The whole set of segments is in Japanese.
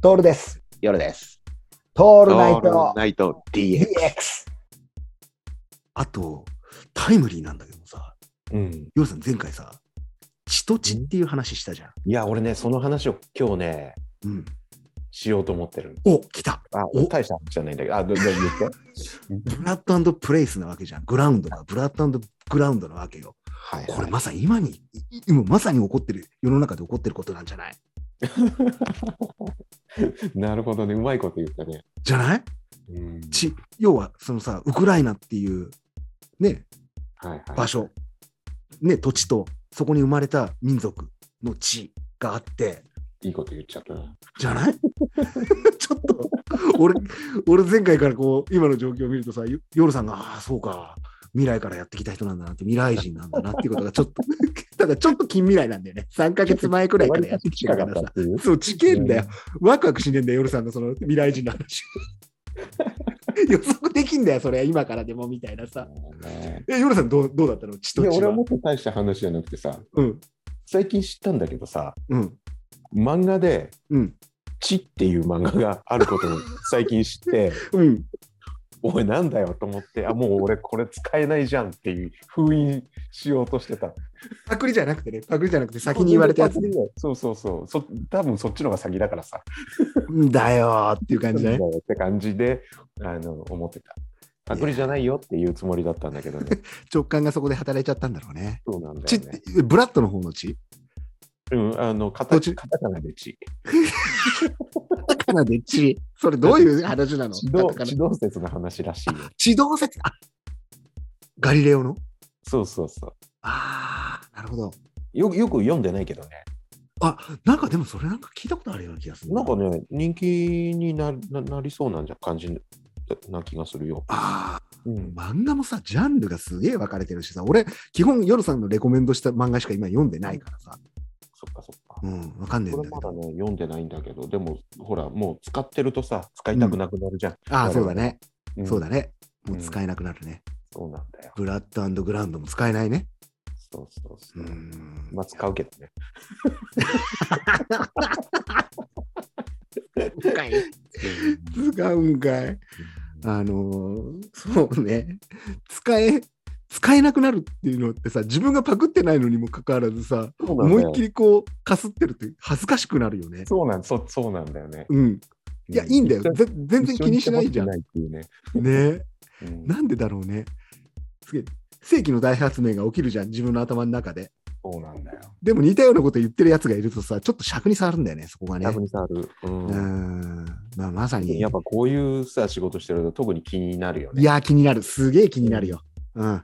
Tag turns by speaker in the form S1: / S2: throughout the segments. S1: トールです。
S2: 夜です。
S1: ト
S2: オ
S1: ールナイト
S2: ナイト DX。
S1: DX。
S3: あと、タイムリーなんだけどさ、
S2: うん。
S3: ヨルさん前回さ、血と血っていう話したじゃん。
S2: いや、俺ね、その話を今日ね、
S3: うん。
S2: しようと思ってる。
S3: お、来た
S2: あ、
S3: お
S2: 大した話じゃないんだけど、あ、ど、ど、言って。
S3: ブラッドプレイスなわけじゃん。グラウンドが、ブラッドグラウンドなわけよ。
S2: はい、
S3: これまさに今に、い今まさに起こってる、世の中で起こってることなんじゃない
S2: なるほどね、うまいこと言ったね。
S3: じゃない
S2: うん
S3: 血、要はそのさ、ウクライナっていう、ね、
S2: はいはい、
S3: 場所、ね、土地と、そこに生まれた民族の血があって、
S2: いいこと言っちゃったな。
S3: じゃない ちょっと俺俺前回からこう今の状況を見るとさよ夜さんがああそうか未来からやってきた人なんだなって未来人なんだなっていうことがちょっと だからちょっと近未来なんだよね3か月前くらいからやってきてるからさ
S2: ていう
S3: そう地形んだよワクワクしねえんだよ夜さんのその未来人の話 予測できんだよそれ今からでもみたいなさ
S2: ね
S3: え夜さんどうどうだったの血と
S2: いや
S3: 血
S2: 俺は
S3: は
S2: もっと大した話じゃなくてさ、
S3: うん
S2: 最近知ったんだけどさ、
S3: うん
S2: 漫画で、
S3: うん
S2: チっていう漫画があることを 最近知って、
S3: うん
S2: おい、なんだよと思って、あ、もう俺これ使えないじゃんっていう封印しようとしてた。
S3: パクリじゃなくてねパクリじゃなくて先に言われたやつね
S2: そうそうそう。そ多分そっちの方が先だからさ。
S3: うんだよーっていう感じだね
S2: そうって感じで、あの、思ってた。パクリじゃないよっていうつもりだったんだけどね。
S3: 直感がそこで働いちゃったんだろうね。
S2: そうなんだ
S3: ち
S2: よね。
S3: ブラッドの方の血
S2: うん、あの、カ
S3: ど
S2: タ
S3: っち
S2: カタカナで血。
S3: カタカナで血。 それどういう話なの
S2: 地動
S3: カタカナ
S2: 地動説の話らしいよ。
S3: 地動説。あガリレオの
S2: そうそうそう。
S3: ああ、なるほど。
S2: よよく読んでないけどね。
S3: なんかでもそれなんか聞いたことあるような気がする。
S2: なんかね、人気になななりそうなんじゃ感じな気がするよ。
S3: ああ、
S2: うん。
S3: 漫画もさ、ジャンルがすげえ分かれてるしさ、俺、基本、ヨルさんのレコメンドした漫画しか今読んでないからさ、
S2: そっかそっか。
S3: うん、分かんねえん
S2: これ
S3: だけ
S2: ま
S3: ど。
S2: だね、読んでないんだけど、でも、ほら、もう使ってるとさ、使いたくなくなるじゃん。
S3: ああ、そうだね。
S2: ん
S3: そうだね。もう使えなくなるね。
S2: そうなんだよ。
S3: ブラッドグラウンドも使えないね。
S2: そうそうそうう。
S3: ん。
S2: まあ、使うけどね。
S3: 深い使うんかい。あのーそうね。使え、使えなくなるっていうのってさ、自分がパクってないのにもかかわらずさ、思いっき
S2: り。
S3: りこう、かすってるって恥ずかしくなるよね。
S2: そうなんそそうなんだよね。
S3: うん。いや、いいんだよ。
S2: 一緒
S3: ぜ
S2: に
S3: 全然気にしないじゃん。
S2: 一緒にしてほしくないって
S3: ね。
S2: いうね。うん
S3: なんでだろうね。すげえ。世紀の大発明が起きるじゃん、自分の頭の中で。
S2: そうなんだよ。
S3: でも似たようなこと言ってるやつがいるとさ、ちょっと尺に触るんだよね、そこがね
S2: ラ。ブに触る。う
S3: うんん。まあ、まさに。
S2: やっぱこういうさ、仕事してると特に気になるよ
S3: い
S2: ね。
S3: やー、気になる。すげえ気になるよ。うん。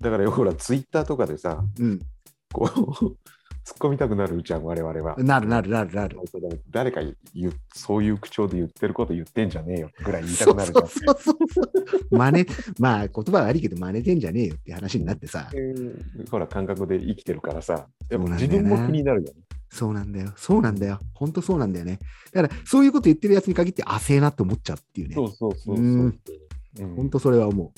S2: だからよほら、ツイッターとかでさ、
S3: うん。
S2: こう、 突っ込みたくなるじゃん、我々は。
S3: なるなるなるなる。
S2: 誰か言うそういう口調で言ってること言ってんじゃねえよぐらい言いたくなるじゃん
S3: そうそうそうそう。真似、まあ言葉悪いけど真似てんじゃねえよって話になってさ。
S2: ほら感覚で生きてるからさでも
S3: そうなんだ
S2: 自
S3: よね
S2: 分も気になるよね
S3: そうなんだよ。そうなんだよ。ほんとそうなんだよね。だからそういうこと言ってるやつに限って、あせえなって思っちゃうっていうね。
S2: そうそうそうそう
S3: うん
S2: うん
S3: ほんとそれは思